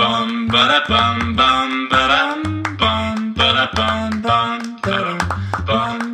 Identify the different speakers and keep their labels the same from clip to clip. Speaker 1: bum ba da bum bum ba dum bum ba da bum bum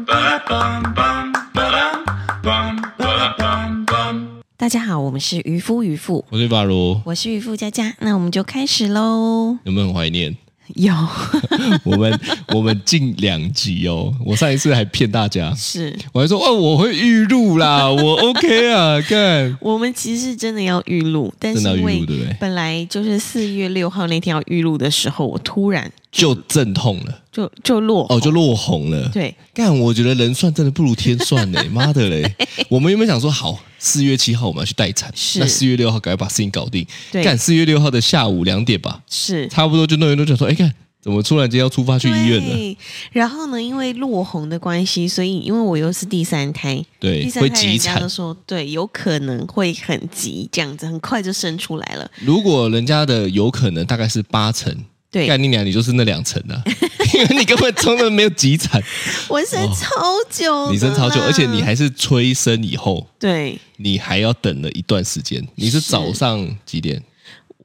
Speaker 1: ba dum bum ba da bum bum ba dum bum ba da bum bum.
Speaker 2: 大家好，我们是渔夫渔妇，
Speaker 3: 我对巴如
Speaker 2: 我是渔夫佳佳，那我们就开始喽。
Speaker 3: 有没有很怀念
Speaker 2: 有
Speaker 3: 我们？我们近两集哦，我上一次还骗大家，
Speaker 2: 是
Speaker 3: 我还说哦我会预录啦，我 OK 啊，看
Speaker 2: 我们其实是真的要预录，但是
Speaker 3: 真的要
Speaker 2: 因
Speaker 3: 预录
Speaker 2: 为
Speaker 3: 对不对？
Speaker 2: 本来就是四月六号那天要预录的时候，我突然
Speaker 3: 就阵痛了，
Speaker 2: 就就落
Speaker 3: 哦就落红了。
Speaker 2: 对
Speaker 3: 干，我觉得人算真的不如天算 呢、妈的嘞！我们原本想说好，四月七号我们要去待产，
Speaker 2: 是
Speaker 3: 那四月六号赶快把事情搞定。
Speaker 2: 对
Speaker 3: 干，四月六号的下午两点吧，
Speaker 2: 是
Speaker 3: 差不多就弄一弄，就说哎看怎么突然间要出发去医院了？
Speaker 2: 对，然后呢，因为落红的关系，所以因为我又是第三胎，
Speaker 3: 对
Speaker 2: 第，三
Speaker 3: 会
Speaker 2: 胎
Speaker 3: 急
Speaker 2: 人家
Speaker 3: 产
Speaker 2: 都。说对，有可能会很急，这样子很快就生出来了。
Speaker 3: 如果人家的有可能大概是八成，
Speaker 2: 对，
Speaker 3: 干你娘，你就是那两层啊， 因为你根本冲的没有急产，
Speaker 2: 我生
Speaker 3: 哦
Speaker 2: 超久的啦，
Speaker 3: 你生超久，而且你还是催生以后，
Speaker 2: 对，
Speaker 3: 你还要等了一段时间。你是
Speaker 2: 是
Speaker 3: 早上几点？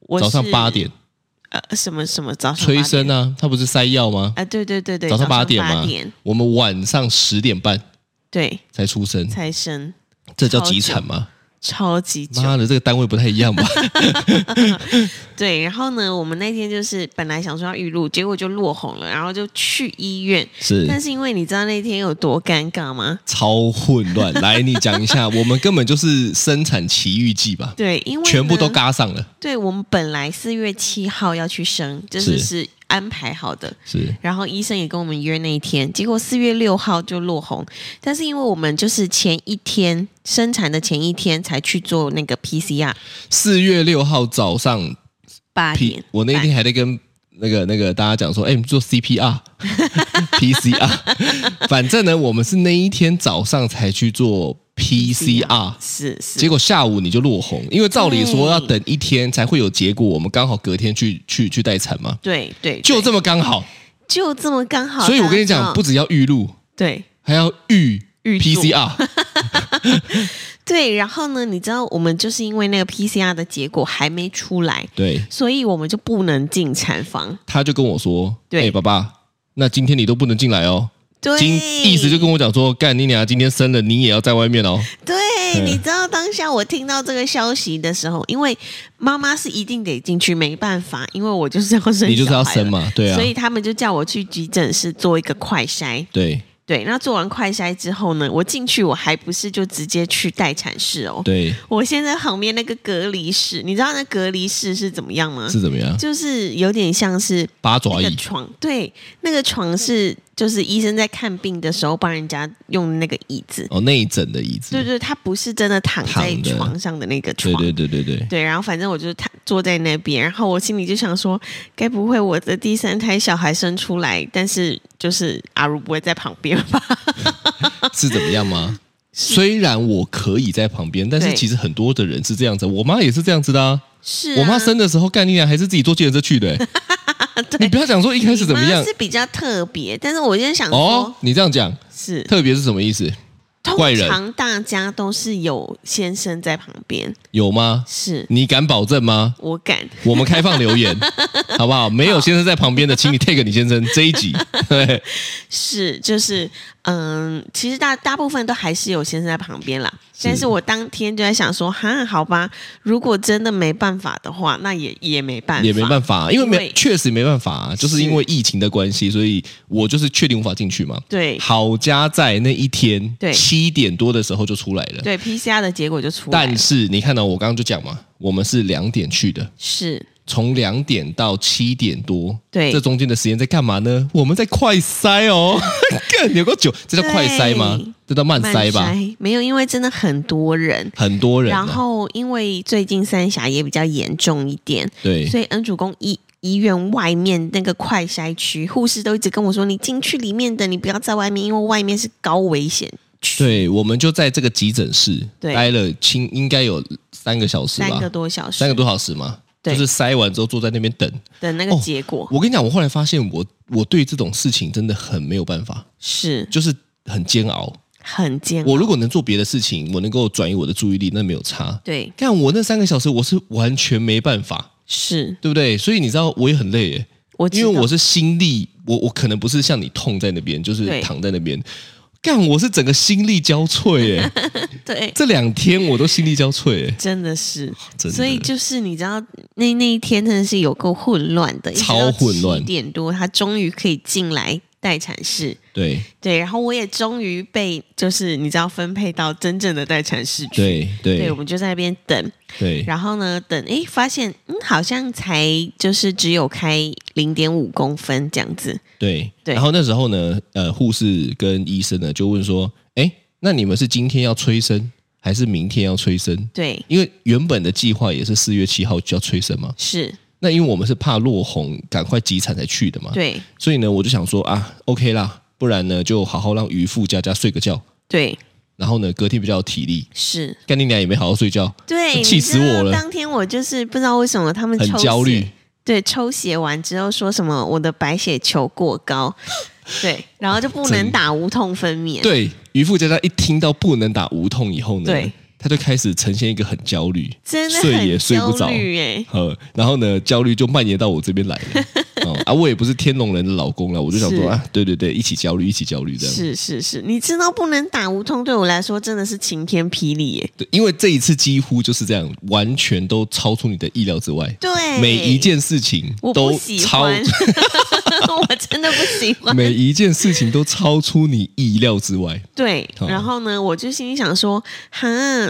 Speaker 2: 我
Speaker 3: 早上
Speaker 2: 是
Speaker 3: 八点
Speaker 2: 呃什么什么早上
Speaker 3: 催
Speaker 2: 八点
Speaker 3: 生啊，他不是塞药吗？
Speaker 2: 啊，对对对对，
Speaker 3: 早上八
Speaker 2: 点
Speaker 3: 点
Speaker 2: 八
Speaker 3: 吗？我们晚上十点半
Speaker 2: 对
Speaker 3: 才出生，
Speaker 2: 才生，
Speaker 3: 这叫急产吗？
Speaker 2: 超级久。
Speaker 3: 妈的，这个单位不太 一样吧？
Speaker 2: 对，然后呢，我们那天就是本来想说要预录，结果就落红了，然后就去医院。但
Speaker 3: 是
Speaker 2: 是因为你知道那天有多尴尬吗？
Speaker 3: 超混乱。来，你讲一下，我们根本就是生产奇遇记吧？
Speaker 2: 对，因为
Speaker 3: 全部
Speaker 2: 呢
Speaker 3: 都嘎上了，
Speaker 2: 对我们本来四月七号要去生，就是
Speaker 3: 是
Speaker 2: 是安排好的。
Speaker 3: 是
Speaker 2: 然后医生也跟我们约那一天，结果四月六号就落红，但是因为我们就是前一天生产的前一天才去做那个 PCR，
Speaker 3: 四月六号早上
Speaker 2: 八
Speaker 3: P，
Speaker 2: 点，
Speaker 3: 我那天还在跟那个那个大家讲说，哎、你们做 CPR、PCR，反正呢，我们是那一天早上才去做 PCR。
Speaker 2: 是是，
Speaker 3: 结果下午你就落红，因为照理说要等一天才会有结果，我们刚好隔天去去去待产嘛，
Speaker 2: 对对，
Speaker 3: 就
Speaker 2: 对
Speaker 3: 这么刚好。
Speaker 2: 就这么刚好。
Speaker 3: 所以我跟你
Speaker 2: 大家知
Speaker 3: 讲，
Speaker 2: 道
Speaker 3: 不只要预录，
Speaker 2: 对
Speaker 3: 还要预
Speaker 2: 预祝
Speaker 3: PCR，
Speaker 2: 对，然后呢，你知道我们就是因为那个 PCR 的结果还没出来，
Speaker 3: 对，
Speaker 2: 所以我们就不能进产房。
Speaker 3: 他就跟我说，哎、
Speaker 2: 对
Speaker 3: 爸爸，那今天你都不能进来哦。
Speaker 2: 对，
Speaker 3: 今意思就跟我讲说，干你娘，今天生了你也要在外面哦。
Speaker 2: 对，
Speaker 3: 嗯
Speaker 2: 你知道当下我听到这个消息的时候，因为妈妈是一定得进去，没办法，因为我就是要生，
Speaker 3: 你就是要生，嘛，对啊
Speaker 2: 所，以他们就叫我去急诊室做一个快筛。
Speaker 3: 对
Speaker 2: 对，那做完快筛之后呢，我进去我还不是就直接去待产室哦。
Speaker 3: 对
Speaker 2: 我现在旁边那个隔离室，你知道那隔离室是怎么样吗？
Speaker 3: 是怎么样？
Speaker 2: 就是有点像是
Speaker 3: 八爪
Speaker 2: 那个
Speaker 3: 椅
Speaker 2: 床，对，那个床是就是医生在看病的时候帮人家用的那个椅子，
Speaker 3: 哦，内诊的椅
Speaker 2: 对
Speaker 3: 子，
Speaker 2: 对，他不是真的躺在
Speaker 3: 躺的
Speaker 2: 床上的那个床
Speaker 3: 对。对对对对，
Speaker 2: 对然后反正我就躺坐在那边，然后我心里就想说，该不会我的第三胎小孩生出来，但是就是阿如不会在旁边 吧？
Speaker 3: 是怎么样 吗？虽然我可以在旁边，但是
Speaker 2: 对
Speaker 3: 其实很多的人是这样子，我妈也是这样子的啊。
Speaker 2: 是、
Speaker 3: 我妈生的时候，干你娘还是自己坐计程车去的欸、 你不要讲说一开始怎么
Speaker 2: 你妈
Speaker 3: 样
Speaker 2: 是比较特别，但是我现在想说，
Speaker 3: 哦，你这样讲，
Speaker 2: 是
Speaker 3: 特别是什么意思？怪
Speaker 2: 通
Speaker 3: 人
Speaker 2: 常大家都是有先生在旁边，
Speaker 3: 有吗？
Speaker 2: 是
Speaker 3: 你敢保证吗？
Speaker 2: 我敢。
Speaker 3: 我们开放 留言，好不好？没有先生在旁边的，请你 take 你先生这一集。 对，
Speaker 2: 是，就是，嗯，其实大大部分都还是有先生在旁边啦。但是我当天就在想说，哈，好吧，如果真的没办法的话，那也也没办法，
Speaker 3: 也没办
Speaker 2: 法。
Speaker 3: 法，因为没
Speaker 2: 因为
Speaker 3: 确实没办法、啊，就是因为疫情的关系，所以我就是确定无法进去嘛。
Speaker 2: 对
Speaker 3: 好家在那一天
Speaker 2: 对
Speaker 3: 七点多的时候就出来了，
Speaker 2: 对，PCR 的结果就出来了
Speaker 3: 但是你看到、我刚刚就讲嘛，我们是两点去的，
Speaker 2: 是
Speaker 3: 从两点到七点多，
Speaker 2: 对
Speaker 3: 这中间的时间在干嘛呢？我们在快塞哦， 干有个久，这叫快塞吗
Speaker 2: 对？
Speaker 3: 这叫慢
Speaker 2: 慢
Speaker 3: 塞吧？
Speaker 2: 没有，因为真的很多人。
Speaker 3: 很多人、啊，
Speaker 2: 然后，因为最近三峡也比较严重一点，
Speaker 3: 对
Speaker 2: 所以恩主公医医院外面那个快筛区，护士都一直跟我说：“你进去里面的，你不要在外面，因为外面是高危险区。”
Speaker 3: 对，我们就在这个急诊室
Speaker 2: 对
Speaker 3: 待了清应该有三个小时吧，
Speaker 2: 三个多小时，
Speaker 3: 三个多小时嘛，就
Speaker 2: 对
Speaker 3: 是塞完之后坐在那边等。
Speaker 2: 的那个
Speaker 3: 哦
Speaker 2: 结果、
Speaker 3: 我跟你讲，我后来发现我我对这种事情真的很没有办法，
Speaker 2: 是
Speaker 3: 就是很煎熬。
Speaker 2: 很煎熬。
Speaker 3: 我如果能做别的事情，我能够转移我的注意力，那没有差。
Speaker 2: 对，
Speaker 3: 但我那三个小时我是完全没办法，
Speaker 2: 是
Speaker 3: 对不对？所以你知道我也很累耶，
Speaker 2: 我知
Speaker 3: 因为
Speaker 2: 道
Speaker 3: 我是心力，我我可能不是像你痛在那边，就是
Speaker 2: 对
Speaker 3: 躺在那边。干，我是整个心力交瘁耶！
Speaker 2: 对，
Speaker 3: 这两天我都心力交瘁耶，
Speaker 2: 真的是。
Speaker 3: 真的。
Speaker 2: 所以就是你知道，那那一天真的是有够混乱的，一直到
Speaker 3: 超混乱
Speaker 2: 7点多，他终于可以进来待产室，
Speaker 3: 对
Speaker 2: 对，然后我也终于被就是你知道分配到真正的待产室去，
Speaker 3: 对
Speaker 2: 对，
Speaker 3: 对
Speaker 2: 我们就在那边等，
Speaker 3: 对
Speaker 2: 然后呢，等诶发现嗯，好像才就是只有开零点五公分这样子，
Speaker 3: 对
Speaker 2: 对
Speaker 3: 然后那时候呢，呃，护士跟医生呢就问说：“哎，那你们是今天要催生，还是明天要催生？
Speaker 2: 对，
Speaker 3: 因为原本的计划也是四月七号就要催生嘛。
Speaker 2: 是，
Speaker 3: 那因为我们是怕落红，赶快急产才去的嘛。
Speaker 2: 对，
Speaker 3: 所以呢，我就想说啊，OK 啦，不然呢就好好让渔夫佳佳睡个觉，
Speaker 2: 对，
Speaker 3: 然后呢隔天比较有体力。
Speaker 2: 是，
Speaker 3: 干你娘也没好好睡觉，
Speaker 2: 对，
Speaker 3: 气死
Speaker 2: 你知道
Speaker 3: 我了
Speaker 2: 当天我就是不知道为什么他们
Speaker 3: 很
Speaker 2: 抽
Speaker 3: 焦虑
Speaker 2: 血，。对，抽血完之后说什么我的白血球过 高，对，然后就不能
Speaker 3: 真
Speaker 2: 打无痛分娩，
Speaker 3: 对，渔夫佳佳一听到不能打无痛以后呢，
Speaker 2: 对
Speaker 3: 他就开始呈现一个很焦虑，
Speaker 2: 真的
Speaker 3: 睡也
Speaker 2: 很
Speaker 3: 睡
Speaker 2: 焦
Speaker 3: 不着。
Speaker 2: 虑哎、
Speaker 3: 呃，然后呢，焦虑就蔓延到我这边来了。哦、啊，我也不是天龙人的老公了，我就想
Speaker 2: 是
Speaker 3: 说啊，对对对，一起焦虑，一起焦虑这样。
Speaker 2: 是是是，你知道不能打无痛，对我来说真的是晴天霹雳欸耶。
Speaker 3: 对，因为这一次几乎就是这样，完全都超出你的意料之外。
Speaker 2: 对，
Speaker 3: 每一件事情
Speaker 2: 我不
Speaker 3: 都
Speaker 2: 喜
Speaker 3: 超，
Speaker 2: 欢，我真的不喜欢。
Speaker 3: 每一件事情都超出你意料之外，
Speaker 2: 对，
Speaker 3: 哦
Speaker 2: 然后呢，我就心里想说，哈，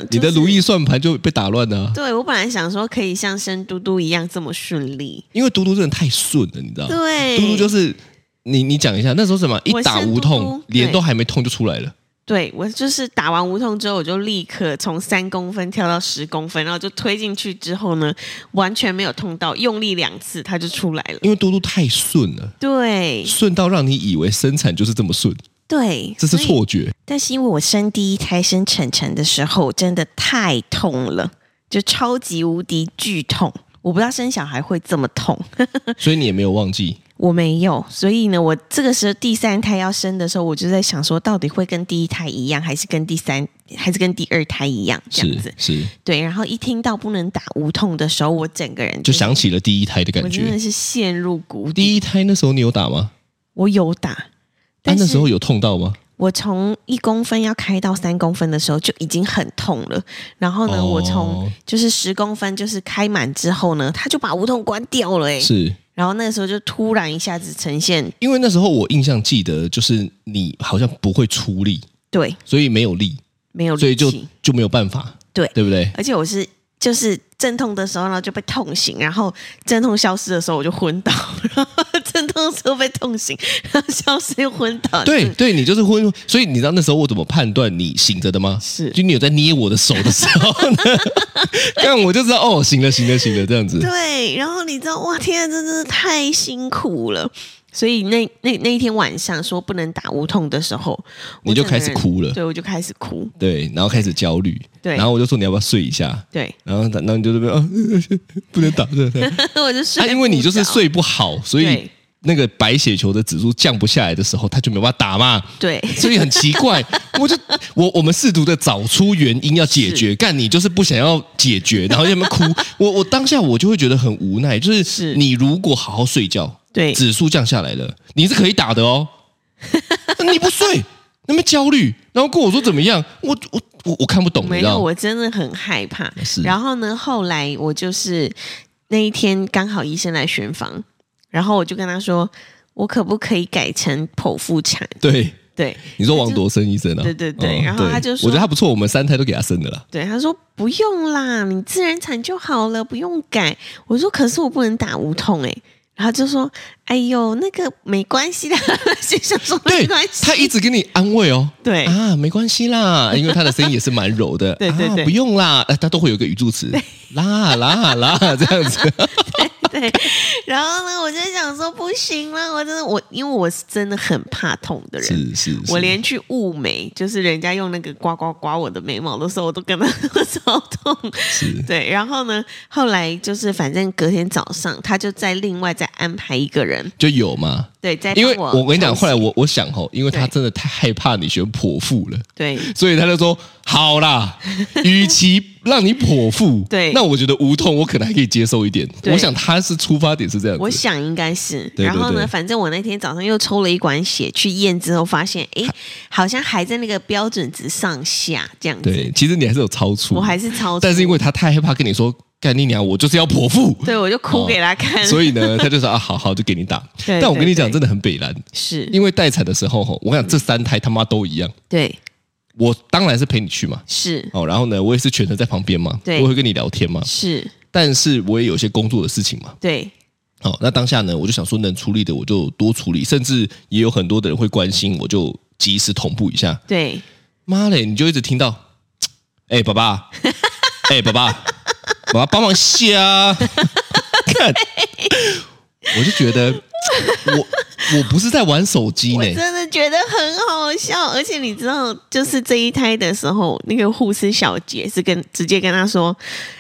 Speaker 3: 你的
Speaker 2: 就是
Speaker 3: 如意算盘就被打乱了啊、
Speaker 2: 对我本来想说可以像生嘟嘟一样这么顺利，
Speaker 3: 因为嘟嘟真的太顺了，你知道吗？
Speaker 2: 对，
Speaker 3: 嗯嘟嘟就是你，你讲一下那时候什么一
Speaker 2: 我
Speaker 3: 打
Speaker 2: 生
Speaker 3: 无
Speaker 2: 嘟
Speaker 3: 痛，
Speaker 2: 嘟
Speaker 3: 脸
Speaker 2: 对
Speaker 3: 都还没痛就出来了，
Speaker 2: 对我就是打完无痛之后，我就立刻从三公分跳到十公分，然后就推进去之后呢，完全没有痛到，用力两次它就出来了。
Speaker 3: 因为嘟嘟太顺了，
Speaker 2: 对
Speaker 3: 顺到让你以为生产就是这么顺，
Speaker 2: 对，
Speaker 3: 这是
Speaker 2: 所以。
Speaker 3: 错觉。
Speaker 2: 但是因为我生第一胎生晨晨的时候，真的太痛了，就超级无敌剧痛。我不知道生小孩会这么痛，嗯
Speaker 3: 所以你也没有忘记，
Speaker 2: 我没有，所以呢，我这个时候第三胎要生的时候，我就在想说，到底会跟第一胎一样，还是跟第三，还是跟第二胎一样这样
Speaker 3: 是
Speaker 2: 子？嗯
Speaker 3: 是，
Speaker 2: 对，然后一听到不能打无痛的时候，我整个人
Speaker 3: 就
Speaker 2: 真的
Speaker 3: 想，起了第一胎的感
Speaker 2: 我真的
Speaker 3: 觉。
Speaker 2: 是陷入谷底。
Speaker 3: 第一胎那时候你有打吗？
Speaker 2: 我有打，
Speaker 3: 但
Speaker 2: 但
Speaker 3: 那时候
Speaker 2: 是
Speaker 3: 有痛到吗？
Speaker 2: 我从一公分要开到三公分的时候就已经很痛了。然后呢，我从
Speaker 3: 哦
Speaker 2: 就是十公分就是开满之后呢，他就把无痛关掉了、欸，
Speaker 3: 是
Speaker 2: 然后那个时候就突然一下子呈现，
Speaker 3: 因为那时候我印象记得，就是你好像不会出力，
Speaker 2: 对，
Speaker 3: 所以没有力，
Speaker 2: 没有
Speaker 3: 所以
Speaker 2: 力
Speaker 3: 就
Speaker 2: 气，
Speaker 3: 就没有办法，
Speaker 2: 对
Speaker 3: 对不对？
Speaker 2: 而且我是。就是阵痛的时候呢，就被痛醒，然后阵痛消失的时候我就昏倒，然后 阵痛的时候被痛醒，然后消失又昏倒。
Speaker 3: 对对，你就是昏，所以你知道那时候我怎么判断你醒着的吗？
Speaker 2: 是
Speaker 3: 就你有在捏我的手的时候 呢，但我就知道哦，醒了醒了醒了，这样子。
Speaker 2: 对，然后你知道，哇，天啊，这真的太辛苦了。所以那那那一天晚上说不能打无痛的时候，我
Speaker 3: 你就
Speaker 2: 整个
Speaker 3: 开始
Speaker 2: 人
Speaker 3: 哭了
Speaker 2: 对，我就开始哭，
Speaker 3: 对，然后开始焦虑，
Speaker 2: 对
Speaker 3: 然后我就说你要不要睡一下？
Speaker 2: 对，
Speaker 3: 然后，然后你就这边啊， 不能打，不 能打。
Speaker 2: 我就睡、
Speaker 3: 啊，因为你就是，睡不好，所以
Speaker 2: 对
Speaker 3: 那个白血球的指数降不下来的时候，他就没办法打嘛，
Speaker 2: 对，
Speaker 3: 所以很奇怪。我就我我们试图的找出原因要解决，干你就是不想要解决，然后要么哭。 我我当下我就会觉得很无奈，就是
Speaker 2: 是
Speaker 3: 你如果好好睡觉，
Speaker 2: 对
Speaker 3: 指数降下来了，你是可以打 的哦。你不睡，那么焦虑，然后跟我说怎么样？我我我我看不懂，你
Speaker 2: 没
Speaker 3: 知
Speaker 2: 有，
Speaker 3: 道吗？
Speaker 2: 我真的很害怕
Speaker 3: 是。
Speaker 2: 然后呢，后来我就是那一天刚好医生来巡房，然后我就跟他说，我可不可以改成剖腹产？
Speaker 3: 对，
Speaker 2: 对
Speaker 3: 你说王铎生医生啊？
Speaker 2: 对对对
Speaker 3: 嗯
Speaker 2: 然后他
Speaker 3: 对
Speaker 2: 就说
Speaker 3: 我觉得他不错，我们三胎都给他生的啦。
Speaker 2: 对，他说不用啦，你自然产就好了，不用改。我说可是我不能打无痛哎、然后他就说哎呦那个没关系的， 心想说没
Speaker 3: 对
Speaker 2: 关，系，
Speaker 3: 他一直给你安慰哦。
Speaker 2: 对
Speaker 3: 啊，没关系 啦，因为他的声音也是蛮柔的。
Speaker 2: 对对对
Speaker 3: 啊，不用啦，呃他都会有一个语助词，啦 啦啦这样子。
Speaker 2: 对，然后呢，我就想说不行啦，我真的我因为我是真的很怕痛的人。
Speaker 3: 是是，是
Speaker 2: 我连去雾眉，就是人家用那个刮刮刮我的眉毛的时候，我都跟他 我超痛。
Speaker 3: 是
Speaker 2: 对，然后呢，后来就是反正隔天早上，他就再另外再安排一个人，
Speaker 3: 就有嘛。
Speaker 2: 对，再
Speaker 3: 因为
Speaker 2: 帮
Speaker 3: 我跟你讲，
Speaker 2: 抽血
Speaker 3: 后来我我想吼，因为他
Speaker 2: 对
Speaker 3: 真的太害怕你选剖腹了，
Speaker 2: 对
Speaker 3: 所以他就说好啦，与其让你剖腹，
Speaker 2: 对
Speaker 3: 那我觉得无痛我可能还可以接受一点。
Speaker 2: 对
Speaker 3: 我想他是出发点是这样
Speaker 2: 我
Speaker 3: 子，
Speaker 2: 想应该是。
Speaker 3: 对对
Speaker 2: 然后呢，
Speaker 3: 对
Speaker 2: 反正我那天早上又抽了一管血去验之后，发现哎，好像还在那个标准值上下这样子。
Speaker 3: 对，其实你还是有超出，
Speaker 2: 我还是超出，
Speaker 3: 但是因为他太害怕跟你说干你娘，我就是要 剖腹，
Speaker 2: 对我就哭给他看，
Speaker 3: 所以呢，他就说啊，好好就给你打。
Speaker 2: 对
Speaker 3: 但我跟你讲，
Speaker 2: 对对
Speaker 3: 真的很北蓝，
Speaker 2: 是
Speaker 3: 因为待产的时候吼，我跟你讲这三胎他妈都一样，
Speaker 2: 对
Speaker 3: 我当然是陪你去嘛。
Speaker 2: 是
Speaker 3: 哦，然后呢，我也是全程在旁边嘛，
Speaker 2: 对
Speaker 3: 我会跟你聊天嘛，
Speaker 2: 是，
Speaker 3: 但是我也有些工作的事情嘛。
Speaker 2: 对
Speaker 3: 哦，那当下呢，我就想说能处理的我就多处理，甚至也有很多的人会关心，我就及时同步一下。
Speaker 2: 对
Speaker 3: 妈嘞，你就一直听到，哎、爸爸，哎、爸爸，爸爸帮忙卸啊！ 看，我就觉得我我不是在玩手机
Speaker 2: 我
Speaker 3: 呢，
Speaker 2: 真的觉得很好笑，而且你知道，就是这一胎的时候，那个护士小姐是跟直接跟他说：“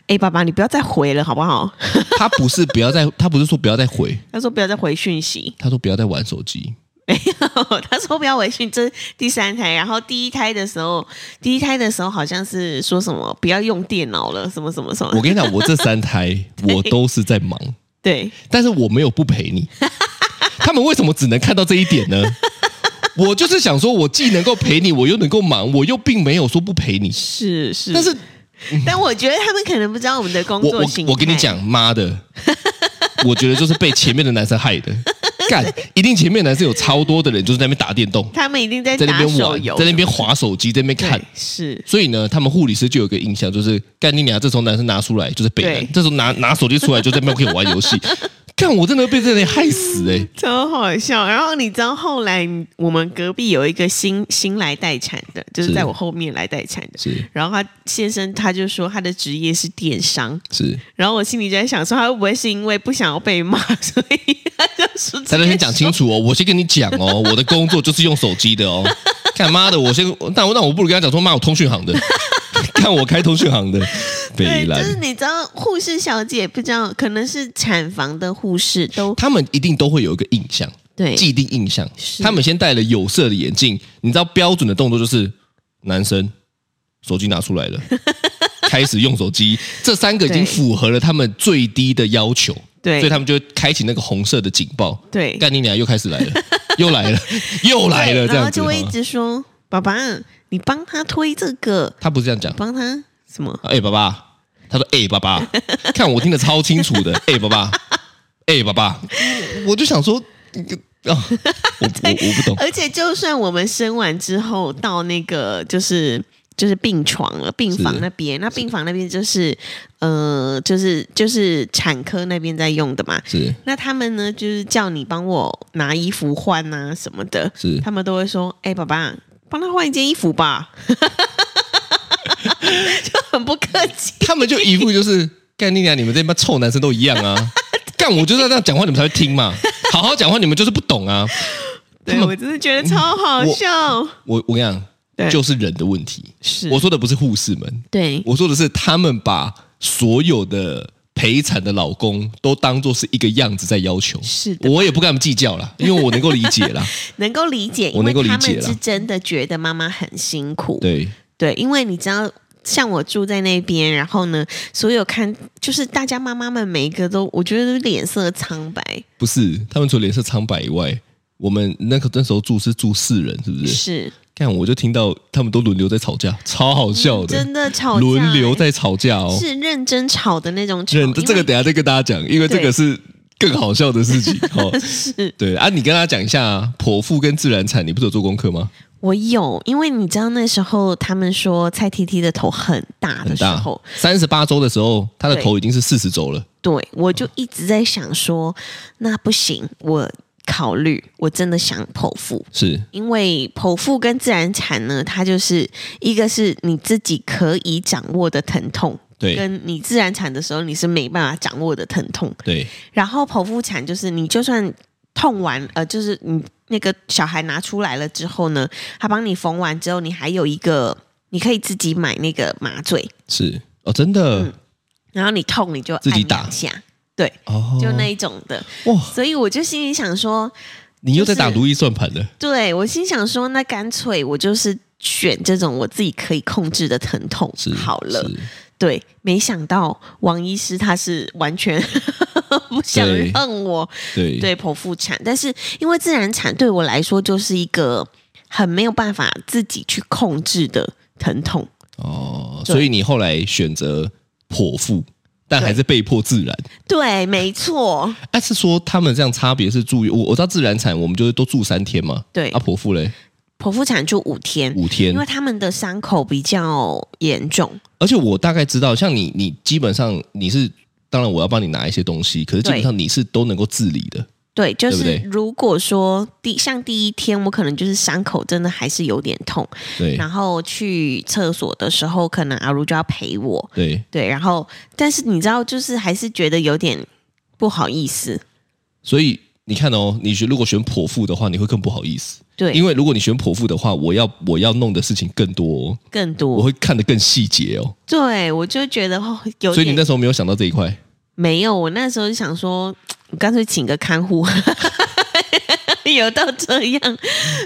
Speaker 2: 哎、爸爸，你不要再回了，好不好
Speaker 3: 他不是不要再，他不是说不要再回，？”
Speaker 2: 他说：“不要再回讯息。
Speaker 3: 他说不要再玩手机。”
Speaker 2: 没有，他说不要回讯，这是第三胎。然后第一胎的时候，第一胎的时候好像是说什么不要用电脑了，什么什么什
Speaker 3: 我
Speaker 2: 么。
Speaker 3: 跟你讲，我这 三胎我都是在忙，
Speaker 2: 对，
Speaker 3: 但是我没有不陪你。他们为什么只能看到这一点呢？我就是想说，我既能够陪你，我又能够忙，我又并没有说不陪你。
Speaker 2: 是是。
Speaker 3: 但是，
Speaker 2: 但我觉得他们可能不知道我们的工
Speaker 3: 我
Speaker 2: 作
Speaker 3: 我
Speaker 2: 性。
Speaker 3: 我跟你，讲，妈的， 我觉得就是被前面的男生害的。干，一定前面的男生有超多的人就是在那边打电动，
Speaker 2: 他们一定在
Speaker 3: 在那
Speaker 2: 打
Speaker 3: 边
Speaker 2: 手
Speaker 3: 玩
Speaker 2: 游，，
Speaker 3: 在那边划手机，在那边
Speaker 2: 对
Speaker 3: 看。
Speaker 2: 是
Speaker 3: 所以呢，他们护理师就有一个印象，就是干你娘，这时候男生拿出来就是北
Speaker 2: 对
Speaker 3: 南，这时候拿拿手机出来就在那边给我玩 游戏。干，我真的被这里害死哎、
Speaker 2: 超好笑。然后你知道后来我们隔壁有一个新新来待产的，就是
Speaker 3: 是
Speaker 2: 在我后面来待产的。
Speaker 3: 是
Speaker 2: 然后他先生他就说他的职业是电商，
Speaker 3: 是，
Speaker 2: 然后我心里就在想说他会不会是因为不想要被骂， 所以他就说
Speaker 3: 大家先讲清楚哦，我先跟你讲哦，我的工作就是用手机的哦。干妈的，我先，那我那我不如跟他讲说，妈，我通讯 行的，看我开通讯行的，北
Speaker 2: 对，就
Speaker 3: 兰。
Speaker 2: 是你知道护士小姐不知道，可能是产房的护士都
Speaker 3: 他们一定都会有一个印象，
Speaker 2: 对
Speaker 3: 既定印象。
Speaker 2: 是
Speaker 3: 他们先戴了有色的眼镜，你知道标准的动作就是男生手机拿出 来了，开始用手机，这三个已经
Speaker 2: 对
Speaker 3: 符合了他们最低的要求，
Speaker 2: 对
Speaker 3: 所以他们就会开启那个红色的警报。
Speaker 2: 对
Speaker 3: 干你娘，又开始 来了，又来了，又来了，
Speaker 2: 对
Speaker 3: 这
Speaker 2: 然
Speaker 3: 样
Speaker 2: 后
Speaker 3: 子。哦
Speaker 2: 就会一
Speaker 3: 哈
Speaker 2: 直说爸爸，你帮他推这个，
Speaker 3: 他不是这样讲，
Speaker 2: 帮他什么？
Speaker 3: 哎、爸爸，他说哎、爸爸，看我听得超清楚的， 哎、爸爸，哎、爸爸，我就想说，啊，我我我不懂，
Speaker 2: 而且，就算我们生完之后到那个就是就是病床了，病房
Speaker 3: 是
Speaker 2: 那边，那病房那边就是呃，就是就是产科那边在用的嘛。
Speaker 3: 是
Speaker 2: 那他们呢，就是叫你帮我拿衣服换啊什么的，
Speaker 3: 是
Speaker 2: 他们都会说：“哎、爸爸，帮他换一件衣服吧。” 就很不客 气。
Speaker 3: 他们就一副就是干你娘，你们这帮臭男生都一样啊！ 干，我就是要这样讲话，你们才会听嘛。好好讲话，你们就是不懂啊！
Speaker 2: 对我真的觉得超好
Speaker 3: 我
Speaker 2: 笑。
Speaker 3: 我我跟你
Speaker 2: 对
Speaker 3: 讲，就是人的问题。
Speaker 2: 哎是
Speaker 3: 我说的不是护士们，
Speaker 2: 对
Speaker 3: 我说的是他们把所有的陪产的老公都当做是一个样子在要求。
Speaker 2: 是的，
Speaker 3: 我也不跟他们计较啦，因为我能够理解 啦。
Speaker 2: 能够理解，
Speaker 3: 我能够理
Speaker 2: 因为他
Speaker 3: 解
Speaker 2: 们
Speaker 3: 啦
Speaker 2: 是真的觉得妈妈很辛苦。
Speaker 3: 对，
Speaker 2: 对，因为你知道，像我住在那边，然后呢，所有看就是大家妈妈们每一个都，我觉得都脸色苍白，
Speaker 3: 不是他们除了脸色苍白以外，我们那个那时候住是住四人，是不是？
Speaker 2: 是
Speaker 3: 看我就听到他们都轮流在吵架，超好笑的，
Speaker 2: 真的吵架
Speaker 3: 轮流
Speaker 2: 欸
Speaker 3: 在吵架哦。
Speaker 2: 是认真吵的那种吵。
Speaker 3: 认
Speaker 2: 因为
Speaker 3: 这个等一下再跟大家讲，因为这
Speaker 2: 对
Speaker 3: 个是更好笑的事 情哦。对啊，你跟大家讲一下、啊，剖腹跟自然产，你不是有做功课吗？
Speaker 2: 我有，因为你知道那时候他们说蔡 T T 的头很大的
Speaker 3: 很
Speaker 2: 时
Speaker 3: 大
Speaker 2: 候，，
Speaker 3: 三十八周的时候，他的
Speaker 2: 对
Speaker 3: 头已经是四十周了。
Speaker 2: 对我就一直在想说，那不行，我考虑，我真的想剖腹，
Speaker 3: 是
Speaker 2: 因为剖腹跟自然产呢，它就是一个是你自己可以掌握的疼痛，
Speaker 3: 对
Speaker 2: 跟你自然产的时候你是没办法掌握的疼痛。
Speaker 3: 对
Speaker 2: 然后剖腹产就是你就算痛完，呃，就是你那个小孩拿出来了之后呢，他帮你缝完之后，你还有一个你可以自己买那个麻醉，
Speaker 3: 是哦，真的、
Speaker 2: 嗯然后你痛你就
Speaker 3: 自己
Speaker 2: 按
Speaker 3: 打
Speaker 2: 两下，对，
Speaker 3: 哦，
Speaker 2: 就那一种的。
Speaker 3: 哇，
Speaker 2: 所以我就心里想说，
Speaker 3: 你又在打
Speaker 2: 就是
Speaker 3: 如意算盘了。
Speaker 2: 对我心想说，那干脆我就是选这种我自己可以控制的疼痛
Speaker 3: 是
Speaker 2: 好了
Speaker 3: 是。
Speaker 2: 对，没想到王医师他是完全 不想
Speaker 3: 对
Speaker 2: 让我
Speaker 3: 对
Speaker 2: 对剖腹产，但是因为自然产对我来说就是一个很没有办法自己去控制的疼痛。
Speaker 3: 哦，
Speaker 2: 对
Speaker 3: 所以你后来选择剖腹，但还是被迫自然。
Speaker 2: 对，没错，
Speaker 3: 哎、是说他们这样差别是住院？我我知道自然产我们就是都住三天嘛，
Speaker 2: 对
Speaker 3: 啊，剖腹嘞
Speaker 2: 剖腹产就五天，
Speaker 3: 五天
Speaker 2: 因为，他们的伤口比较严重。
Speaker 3: 而且我大概知道，像你，你基本上你是，当然我要帮你拿一些东西，可是基本上你是都能够自理的。
Speaker 2: 对，就
Speaker 3: 对不
Speaker 2: 是
Speaker 3: 对
Speaker 2: 如果说第像第一天，我可能就是伤口真的还是有点痛，
Speaker 3: 对
Speaker 2: 然后去厕所的时候，可能阿如就要陪我，
Speaker 3: 对，
Speaker 2: 对，然后但是你知道，就是还是觉得有点不好意思，
Speaker 3: 所以你看哦，你选如果选剖腹的话，你会更不好意思，
Speaker 2: 对，
Speaker 3: 因
Speaker 2: 为
Speaker 3: 为如果你选剖腹的话，我要我要弄的事情更多、哦，
Speaker 2: 更
Speaker 3: 我
Speaker 2: 多，
Speaker 3: 会看得更细节哦。
Speaker 2: 对我就觉得哦，有
Speaker 3: 所以你
Speaker 2: 点
Speaker 3: 那时候没有想到这一块。
Speaker 2: 没有，我那时候就想说，我干脆请个看护。 有到这样，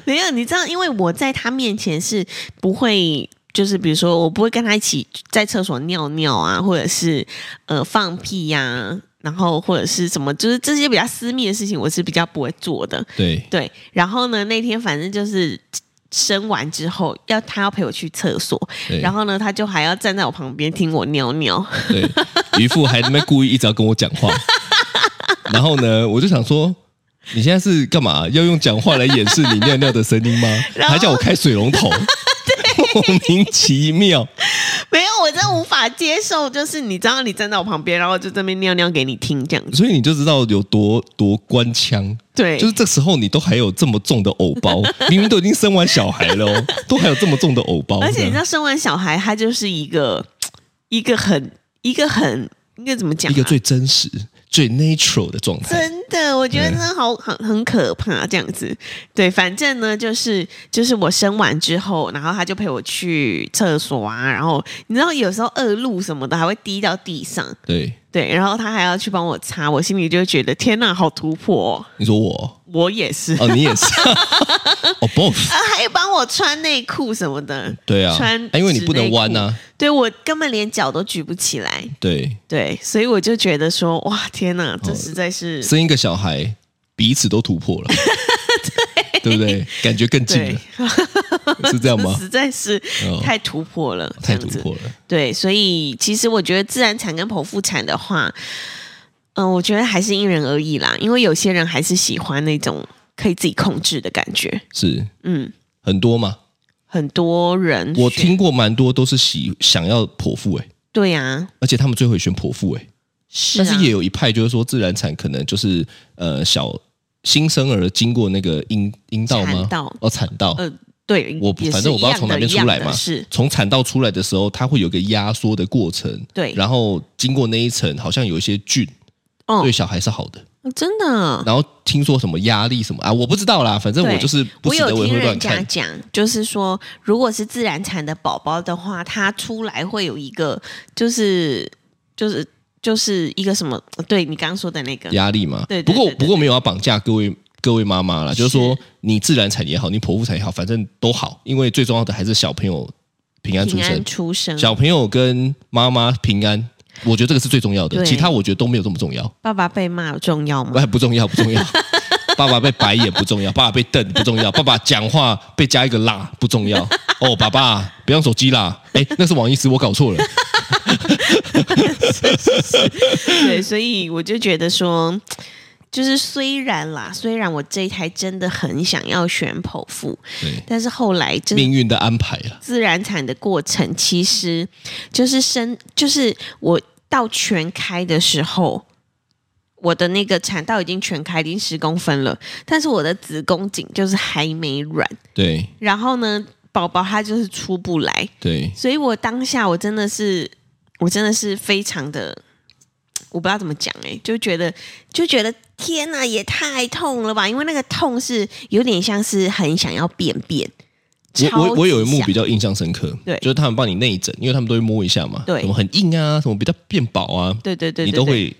Speaker 2: 没有，你知道，因为我在他面前是不会，就是比如说，我不会跟他一起在厕所尿尿啊，或者是呃放屁呀、然后或者是什么，就是这些比较私密的事情，我是比较不会做的。
Speaker 3: 对，
Speaker 2: 对，然后呢，那天反正就是生完之后，要他要陪我去厕所，
Speaker 3: 对
Speaker 2: 然后呢，他就还要站在我旁边听我尿尿。
Speaker 3: 对，渔夫还在那边故意一直要跟我讲话。然后呢，我就想说，你现在是干嘛？要用讲话来掩饰你尿尿的声音吗？
Speaker 2: 然后
Speaker 3: 还叫我开水 龙头？莫名其妙。
Speaker 2: 没有，我真的无法接受，就是你知道你站在我旁边，然后就这边尿尿给你听这样子。
Speaker 3: 所以你就知道有多多官腔。
Speaker 2: 对，
Speaker 3: 就是这时候你都还有这么重的偶 包，明明都已经生完小孩了、哦，都还有这么重的偶包。
Speaker 2: 而且你知
Speaker 3: 这样
Speaker 2: 道生完小孩，他就是一个一个很一个很应该怎么讲、啊？
Speaker 3: 一个最真实、最 natural 的状态。
Speaker 2: 真的，我觉得
Speaker 3: 对
Speaker 2: 真的好很很可怕这样子。对，反正呢，就是就是我生完之后，然后他就陪我去厕所啊，然后你知道有时候恶露什么的还会滴到地上，
Speaker 3: 对，
Speaker 2: 对，然后他还要去帮我擦，我心里就会觉得天呐，好突破、哦！
Speaker 3: 你说我
Speaker 2: 我也是，
Speaker 3: 哦，你也是哦，both。
Speaker 2: 啊，还帮我穿内裤什么的。
Speaker 3: 对啊，
Speaker 2: 穿
Speaker 3: 啊因为你不能弯呐、
Speaker 2: 纸内
Speaker 3: 啊。
Speaker 2: 对我根本连脚都举不起来，
Speaker 3: 对，
Speaker 2: 对，所以我就觉得说，哇，天哪，
Speaker 3: 哦
Speaker 2: 这实在是、
Speaker 3: 生一个小孩，彼此都突 破了，对不对？感觉更近
Speaker 2: 对
Speaker 3: 了，， 是这 样
Speaker 2: 这
Speaker 3: 吗？
Speaker 2: 实在是
Speaker 3: 哦
Speaker 2: 太突破了，这
Speaker 3: 太
Speaker 2: 样
Speaker 3: 突
Speaker 2: 子。
Speaker 3: 破了，
Speaker 2: 对，所以其实我觉得自然产跟剖腹产的话，嗯、我觉得还是因人而异啦，因为有些人还是喜欢那种可以自己控制的感觉，
Speaker 3: 是
Speaker 2: 嗯。
Speaker 3: 很多嘛。
Speaker 2: 很多人
Speaker 3: 我
Speaker 2: 选
Speaker 3: 听过蛮多都是喜想要剖腹哎、
Speaker 2: 对啊，
Speaker 3: 而且他们最后也选剖腹哎、
Speaker 2: 是啊
Speaker 3: 但是也有一派就是说自然产可能就是呃小新生儿经过那个阴阴道吗？
Speaker 2: 产道
Speaker 3: 哦，产道。
Speaker 2: 呃，对，
Speaker 3: 我
Speaker 2: 也是
Speaker 3: 反正我
Speaker 2: 一
Speaker 3: 不知道
Speaker 2: 样
Speaker 3: 从哪
Speaker 2: 的
Speaker 3: 边
Speaker 2: 一
Speaker 3: 出
Speaker 2: 样
Speaker 3: 来
Speaker 2: 的
Speaker 3: 嘛
Speaker 2: 是，
Speaker 3: 从产道出来的时候，它会有个压缩的过程，
Speaker 2: 对
Speaker 3: 然后经过那一层，好像有一些菌，
Speaker 2: 哦
Speaker 3: 对小孩是好的。
Speaker 2: 真的，
Speaker 3: 然后听说什么压力什么啊，我不知道啦，反正我
Speaker 2: 对
Speaker 3: 就是不
Speaker 2: 我
Speaker 3: 时的
Speaker 2: 有
Speaker 3: 我也
Speaker 2: 听
Speaker 3: 会
Speaker 2: 人
Speaker 3: 乱
Speaker 2: 家
Speaker 3: 看。
Speaker 2: 讲，就是说，如果是自然产的宝宝的话，他出来会有一个，就是就是就是一个什么？对你刚刚说的那个，
Speaker 3: 压力嘛，
Speaker 2: 对对
Speaker 3: 不过
Speaker 2: 对对
Speaker 3: 不过没有要绑架各位各位妈妈啦，就是
Speaker 2: 是
Speaker 3: 说你自然产也好，你剖腹产也好，反正都好，因为最重要的还是小朋友平安出
Speaker 2: 平
Speaker 3: 生
Speaker 2: 安，出生，
Speaker 3: 小朋友跟妈妈平安，我觉得这个是最重要的，
Speaker 2: 对
Speaker 3: 其他我觉得都没有这么重要，
Speaker 2: 爸爸被骂有重要 吗？
Speaker 3: 不不重要不重 要。爸爸被白眼不重要，爸爸被瞪不重要，爸爸讲话被加一个啦不重要。哦，爸爸不要用手机啦，哎，那是王医师，我搞错了。
Speaker 2: 对，所以我就觉得说。就是虽然啦，虽然我这一胎真的很想要选剖腹，
Speaker 3: 对，
Speaker 2: 但是后来真的
Speaker 3: 命运的安排了。
Speaker 2: 自然产的过程，其实就是生，就是我到全开的时候，我的那个产道已经全开，已经十公分了，但是我的子宫颈就是还没软，
Speaker 3: 对
Speaker 2: 然后呢，宝宝他就是出不来，
Speaker 3: 对，
Speaker 2: 所以我当下我真的是，我真的是非常的。我不知道怎么讲哎、就觉得就觉得天呐，也太痛了吧！因为那个痛是有点像是很想要便便，
Speaker 3: 我我
Speaker 2: 超
Speaker 3: 我有一
Speaker 2: 级
Speaker 3: 幕
Speaker 2: 想
Speaker 3: 比较印象深刻，
Speaker 2: 对
Speaker 3: 就是他们帮你内诊，因为他们都会摸一下嘛，
Speaker 2: 对
Speaker 3: 什么很硬啊，什么比较变薄啊，
Speaker 2: 对对对对
Speaker 3: 你都
Speaker 2: 对
Speaker 3: 会，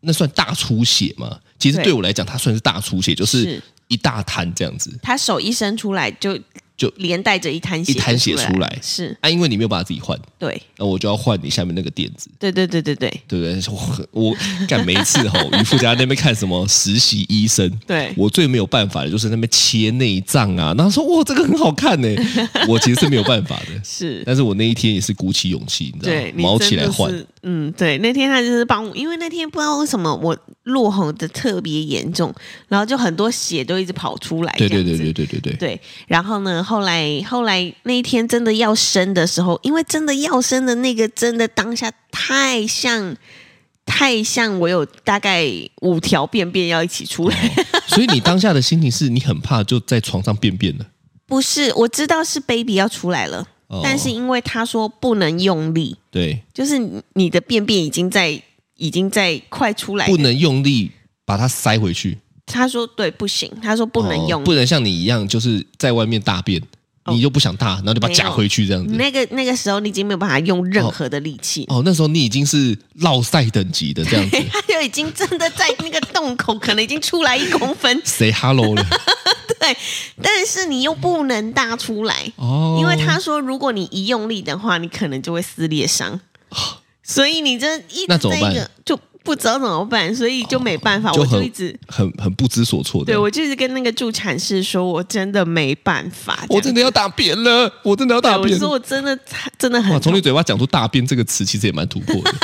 Speaker 3: 那算大出血嘛？其实
Speaker 2: 对
Speaker 3: 对我来讲，它算是大出血，就是
Speaker 2: 是
Speaker 3: 一大滩这样子。
Speaker 2: 他手一伸出来就
Speaker 3: 就
Speaker 2: 连带着一滩血
Speaker 3: 一滩血
Speaker 2: 就
Speaker 3: 出
Speaker 2: 来
Speaker 3: 来，
Speaker 2: 是
Speaker 3: 啊，因为你没有办法自己换，
Speaker 2: 对，
Speaker 3: 那我就要换你下面那个垫子，
Speaker 2: 对对对对对
Speaker 3: 对不对？我我干每一次吼，渔夫家那边看什么实习医生，
Speaker 2: 对
Speaker 3: 我最没有办法的就是那边切内脏啊，然后说哇这个很好看呢，欸 我其实是没有办法的。
Speaker 2: 是。
Speaker 3: 但是我那一天也是鼓起勇气，你知道吗
Speaker 2: 对，？你
Speaker 3: 啊毛
Speaker 2: 真
Speaker 3: 起来
Speaker 2: 的
Speaker 3: 换，
Speaker 2: 是，嗯，对，那天他就是帮我，因为那天不知道为什么我落红的特别严重，然后就很多血都一直跑出来，
Speaker 3: 对
Speaker 2: 哎这样
Speaker 3: 对对
Speaker 2: 子
Speaker 3: 对对对对，
Speaker 2: 对，然后呢，后来后来那一天真的要生的时候，因为真的要生的那个真的当下太像太像我有大概五条便便要一起出来，
Speaker 3: 所以你当下的心情是你很怕就在床上便 便了。
Speaker 2: 不是我知道是 baby 要出来了，
Speaker 3: 哦
Speaker 2: 但是因为他说不能用力，
Speaker 3: 对，
Speaker 2: 就是你你的便便已经在已经在快出来了，
Speaker 3: 不能用力把它塞回去，
Speaker 2: 他说对不行，他说不能
Speaker 3: 哦
Speaker 2: 用力
Speaker 3: 不能像你一样就是在外面大便，
Speaker 2: 哦
Speaker 3: 你就不想大，然后就把它夹回去这样子。
Speaker 2: 那个那个时候你已经没有办法用任何的力气，
Speaker 3: 哦，那时候你已经是落赛等级的这样子
Speaker 2: 对，，他就已经真的在那个洞口，可能已经出来一公分，
Speaker 3: 谁 hello 了？
Speaker 2: 对，但是你又不能大出来，
Speaker 3: 哦，
Speaker 2: 因为他说如果你一用力的话，你可能就会撕裂 伤，所以你这一
Speaker 3: 那
Speaker 2: 直
Speaker 3: 怎么
Speaker 2: 在
Speaker 3: 办哦
Speaker 2: 一个就不知道怎么办，所以就没办法，
Speaker 3: 就
Speaker 2: 我
Speaker 3: 很
Speaker 2: 就一直。
Speaker 3: 很很不知所措的。
Speaker 2: 对，我就是跟那个助产士说，我真的没办法，
Speaker 3: 我真的要大便了，我真的要
Speaker 2: 这
Speaker 3: 大
Speaker 2: 样对
Speaker 3: 便
Speaker 2: 我说
Speaker 3: 了。
Speaker 2: 我真的真的
Speaker 3: 哇，
Speaker 2: 很
Speaker 3: 从你嘴巴讲出“大便”这个词，其实也蛮突破 的。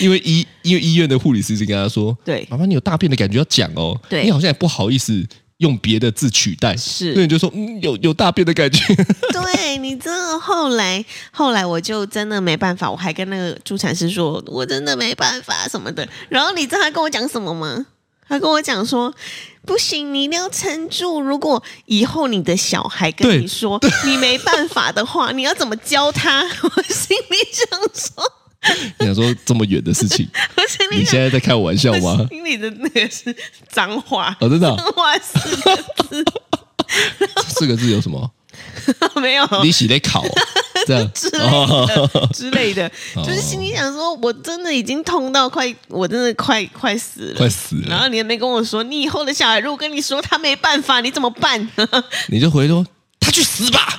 Speaker 3: 因为医因为医院的护理师已经跟他说：“
Speaker 2: 对
Speaker 3: 妈妈，你有大便的感觉要讲哦。”
Speaker 2: 对
Speaker 3: 你好像也不好意思用别的字取代，
Speaker 2: 是
Speaker 3: 所以你就说：“嗯，有有大便的感觉。
Speaker 2: 对你真的后来，后来我就真的没办法，我还跟那个助产师说，我真的没办法什么的。然后你知道他跟我讲什么吗？他跟我讲说，不行，你一定要撑住。如果以后你的小孩
Speaker 3: 对
Speaker 2: 跟你说你没办法的话，你要怎么教他？ 我心里想说，”
Speaker 3: 你想说这么远的 事情，
Speaker 2: 我心
Speaker 3: 你
Speaker 2: 里
Speaker 3: 现
Speaker 2: 想，
Speaker 3: 在在开我玩笑
Speaker 2: 我
Speaker 3: 吗？
Speaker 2: 心里的那个是脏话，
Speaker 3: 哦，真的 啊、
Speaker 2: 脏话四个字
Speaker 3: 四个字有什么？
Speaker 2: 没有。
Speaker 3: 你洗得烤、哦、 这样
Speaker 2: 之类
Speaker 3: 哦，
Speaker 2: 的 之类的，
Speaker 3: 哦
Speaker 2: 就是心里想说，我真的已经痛到快，我真的快快死了
Speaker 3: 快。死
Speaker 2: 然后
Speaker 3: 了！
Speaker 2: 你也没跟我说，你以后的小孩如果跟你说他没办法，你怎么办？
Speaker 3: 你就回说：“他去死吧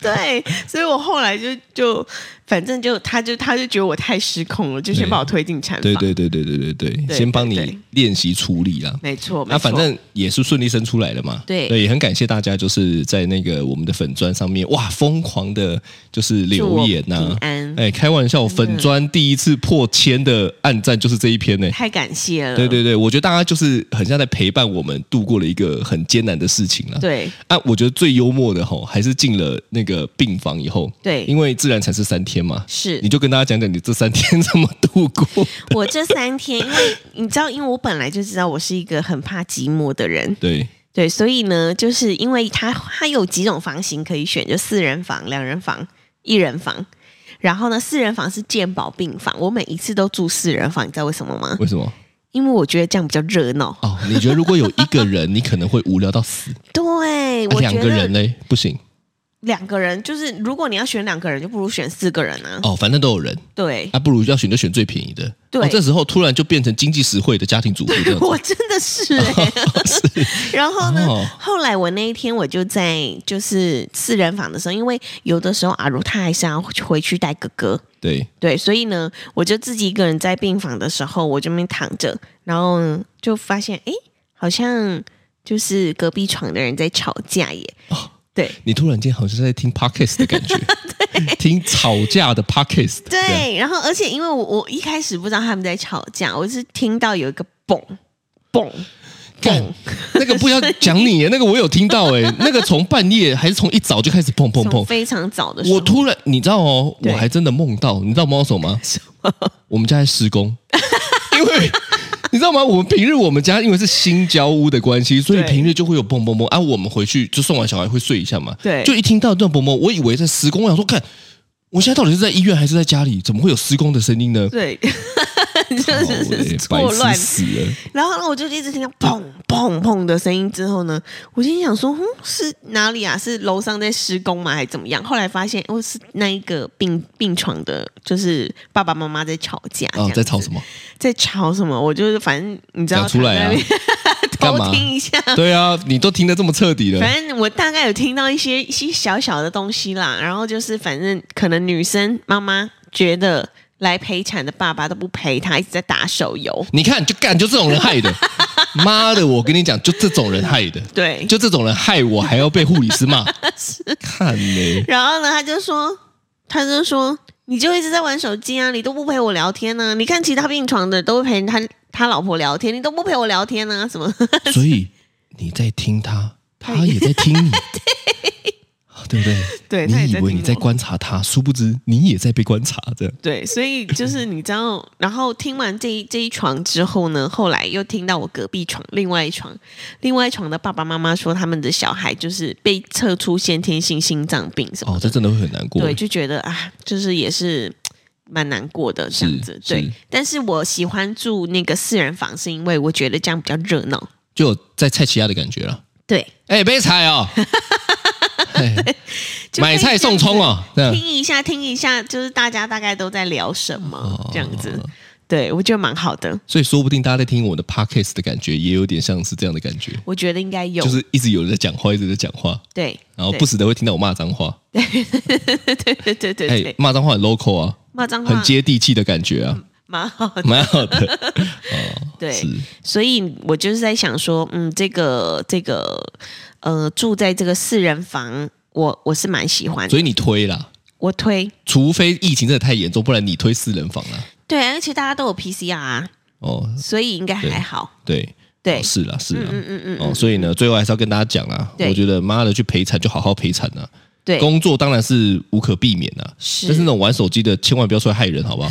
Speaker 2: 对，所以我后来就就反正就他就他就觉得我太失控了，就先
Speaker 3: 对
Speaker 2: 把我推进！” 产
Speaker 3: 对
Speaker 2: 房。
Speaker 3: 对对对对对对，
Speaker 2: 对
Speaker 3: 先帮
Speaker 2: 对对
Speaker 3: 你练习处理啦。
Speaker 2: 没错，没
Speaker 3: 那
Speaker 2: 错。
Speaker 3: 啊反正也是顺利生出来了嘛。
Speaker 2: 对
Speaker 3: 也很感谢大家，就是在那个我们的粉砖上面，哇，疯狂的，就是
Speaker 2: 祝
Speaker 3: 留
Speaker 2: 我
Speaker 3: 言呐、
Speaker 2: 平安
Speaker 3: 哎，开玩笑，粉砖第一次破千的暗赞就是这一篇呢、
Speaker 2: 太感谢了。
Speaker 3: 对对对，我觉得大家就是很像在陪伴我们度过了一个很艰难的事情了。
Speaker 2: 对
Speaker 3: 啊，我觉得最幽默的吼，还是进了那个病房以后，
Speaker 2: 对
Speaker 3: 因为自然产是三天嘛，
Speaker 2: 是
Speaker 3: 你就跟大家讲讲你这三天怎么 度过。
Speaker 2: 我这三天，因为你知道，因为我本来就知道我是一个很怕寂寞的人。
Speaker 3: 对，
Speaker 2: 对，所以呢，就是因为它它有几种房型可以选，就四人房、两人房、一人房。然后呢，四人房是健保病房，我每一次都住四人房，你知道为什么吗？
Speaker 3: 为什么？
Speaker 2: 因为我觉得这样比较热闹。
Speaker 3: 哦，你觉得如果有一个人，你可能会无聊到死，
Speaker 2: 对，
Speaker 3: 啊
Speaker 2: 我
Speaker 3: 两
Speaker 2: 觉
Speaker 3: 个人
Speaker 2: 得嗯
Speaker 3: 嘞不行。
Speaker 2: 两个人就是，如果你要选两个人，就不如选四个人啊。
Speaker 3: 哦，反正都有人，
Speaker 2: 对，
Speaker 3: 啊，不如要选就选最便宜的。
Speaker 2: 对
Speaker 3: 哦这时候突然就变成经济实惠的家庭主妇 这样子。
Speaker 2: 我真的是、欸。 然后呢，
Speaker 3: 哦
Speaker 2: 后来我那一天我就在就是四人房的时候，因为有的时候阿如她还是要回去带哥哥，
Speaker 3: 对，
Speaker 2: 对，所以呢，我就自己一个人在病房的时候，我就那边躺着，然后呢就发现，哎，好像就是隔壁床的人在吵架耶。
Speaker 3: 哦
Speaker 2: 对
Speaker 3: 你突然间好像在听 podcast 的感觉，听吵架的 podcast。这啊样，
Speaker 2: 对，然后而且因为我我一开始不知道他们在吵架，我是听到有一个嘣嘣嗯
Speaker 3: 干那个不要讲你耶，那个我有听 到哎，那个从半夜还是从一早就开始砰砰
Speaker 2: 从
Speaker 3: 砰。
Speaker 2: 非常早的时候，
Speaker 3: 我突然，你知道哦，
Speaker 2: 对
Speaker 3: 我还真的梦到，你知道猫手 吗？
Speaker 2: 什
Speaker 3: 我们家在施工， 因为你知道吗？我们平日我们家因为是新交屋的关系，所以
Speaker 2: 对
Speaker 3: 平日就会有蹦蹦蹦啊。我们回去就送完小孩会睡一下嘛，
Speaker 2: 对
Speaker 3: 就一听到这种蹦蹦，我以为在施工，我想说看。我现在到底是在医院还是在家里？怎么会有施工的声音呢？
Speaker 2: 对， 就
Speaker 3: 哦
Speaker 2: 是
Speaker 3: 嘞
Speaker 2: 错
Speaker 3: 哦白
Speaker 2: 乱
Speaker 3: 痴死了！
Speaker 2: 然后呢，我就一直听到砰砰砰的声音。之后呢，我心想说，嗯，是哪里啊？是楼上在施工吗？还是怎么样？后来发现，哦，是那一个病病床的，就是爸爸妈妈在吵架。这
Speaker 3: 啊
Speaker 2: 样，子
Speaker 3: 在吵什么？
Speaker 2: 在吵什么？我就是反正你知道，
Speaker 3: 讲出来
Speaker 2: 躺
Speaker 3: 啊
Speaker 2: 在那边！
Speaker 3: 干
Speaker 2: 偷
Speaker 3: 嘛？
Speaker 2: 听一下。
Speaker 3: 对啊，你都听得这么彻底了，
Speaker 2: 反正我大概有听到一些一些小小的东西啦，然后就是反正可能女生妈妈觉得来陪产的爸爸都不陪她，一直在打手游。
Speaker 3: 你看就干就这种人 害的，妈的！我跟你讲，就这种人害的，
Speaker 2: 对，
Speaker 3: 就这种人害我还要被护理 师骂，看嘞、
Speaker 2: 然后呢，他就说，他就说，你就一直在玩手机啊，你都不陪我聊天呢、你看其他病床的都会陪他他老婆聊天，你都不陪我聊天呢、什么？
Speaker 3: 所以你在听他，他也在 听你，对不对？
Speaker 2: 对他也
Speaker 3: 你以
Speaker 2: 在
Speaker 3: 为
Speaker 2: 听
Speaker 3: 你在
Speaker 2: 我
Speaker 3: 观察他，殊不知你也在被观察着。
Speaker 2: 对，所以就是你知道，然后听完这一这一床之后呢，后来又听到我隔壁床另外一床另外一床的爸爸妈妈说，他们的小孩就是被测出先天性心脏病什么
Speaker 3: 哦，
Speaker 2: 的，
Speaker 3: 这真的会很难过。
Speaker 2: 对，就觉得啊，就是也是蛮难过的这样子。
Speaker 3: 是
Speaker 2: 对
Speaker 3: 是，
Speaker 2: 但是我喜欢住那个四人房，是因为我觉得这样比较热闹。
Speaker 3: 就有在菜奇亚的感觉了。
Speaker 2: 对，
Speaker 3: 哎，被踩哦， 哎
Speaker 2: 就可以
Speaker 3: 买菜送葱哦，
Speaker 2: 这
Speaker 3: 这
Speaker 2: 样
Speaker 3: 样
Speaker 2: 子，听一下，听一下，就是大家大概都在聊什么、
Speaker 3: 哦
Speaker 2: 这样子。对，我觉得蛮好的，
Speaker 3: 所以说不定大家在听我的 podcast 的感觉，也有点像是这样的感觉，
Speaker 2: 我觉得应该有。
Speaker 3: 就是一直有人在讲话，一直在讲话，
Speaker 2: 对，
Speaker 3: 然后
Speaker 2: 对
Speaker 3: 不时的会听到我骂脏话。
Speaker 2: 对 对对对
Speaker 3: 哎
Speaker 2: 对，，
Speaker 3: 骂脏话很 local 啊，
Speaker 2: 骂脏话
Speaker 3: 很接地气的感觉啊，
Speaker 2: 蛮好的。
Speaker 3: 蛮好的。
Speaker 2: 对，
Speaker 3: 是
Speaker 2: 所以我就是在想说，嗯，这个这个呃，住在这个四人房，我我是蛮喜欢的
Speaker 3: 所以你推啦，
Speaker 2: 我推
Speaker 3: 除非疫情真的太严重，不然你推四人房啦。
Speaker 2: 对，而且大家都有 PCR 啊，
Speaker 3: 哦，
Speaker 2: 所以应该
Speaker 3: 对
Speaker 2: 还好。
Speaker 3: 对，
Speaker 2: 对，
Speaker 3: 是啦，是啦。
Speaker 2: 嗯嗯嗯，
Speaker 3: 哦，所以呢，最后还是要跟大家讲啦，
Speaker 2: 对
Speaker 3: 我觉得妈的，去陪产就好好陪产啊。
Speaker 2: 对，
Speaker 3: 工作当然是无可避免啊，
Speaker 2: 是
Speaker 3: 但是那种玩手机的，千万不要出来害人，好不 好？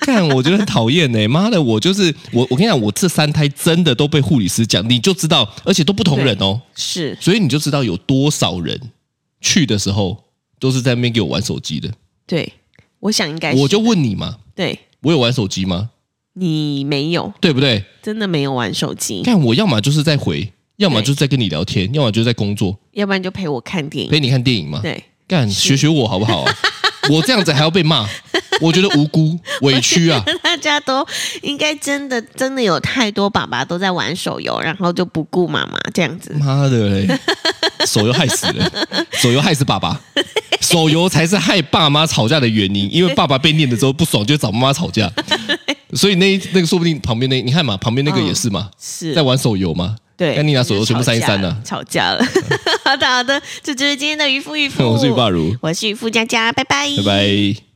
Speaker 3: 看，我觉得很讨厌呢、妈的，我就是我，我跟你讲，我这三胎真的都被护理师讲，你就知道，而且都不同人哦，
Speaker 2: 是
Speaker 3: 所以你就知道有多少人去的时候都是在那边给我玩手机的。
Speaker 2: 对，我想应该哎是
Speaker 3: 我就问你嘛，
Speaker 2: 对
Speaker 3: 我有玩手机吗？
Speaker 2: 你没有，
Speaker 3: 对不对？
Speaker 2: 真的没有玩手机，
Speaker 3: 看，我要么就是在回，要么
Speaker 2: 嗯对
Speaker 3: 就是在跟你聊天，要么就是在工作，
Speaker 2: 要不然就陪我看电影。
Speaker 3: 陪你看电影嘛。
Speaker 2: 对，
Speaker 3: 干，学学我好不好啊？我这样子还要被骂，我觉得无辜委屈 啊。
Speaker 2: 大家都应该真的真的有太多爸爸都在玩手游，然后就不顾妈妈这样子。
Speaker 3: 妈的嘞，手游害死人，手游害死爸爸，手游才是害爸妈吵架的原因，因为爸爸被念的时候不爽，就找妈妈吵架。所以那一那个说不定旁边那你看嘛，旁边那个也是嘛，
Speaker 2: 是
Speaker 3: 在玩手游嘛。
Speaker 2: 对，
Speaker 3: 那你拿手游全部
Speaker 2: 就
Speaker 3: 删一
Speaker 2: 是吵架
Speaker 3: 删呢、
Speaker 2: 吵架了。 好的好的，这就是今天的渔夫渔夫，
Speaker 3: 我是玉霸如，
Speaker 2: 我是渔夫佳佳，拜拜，
Speaker 3: 拜拜。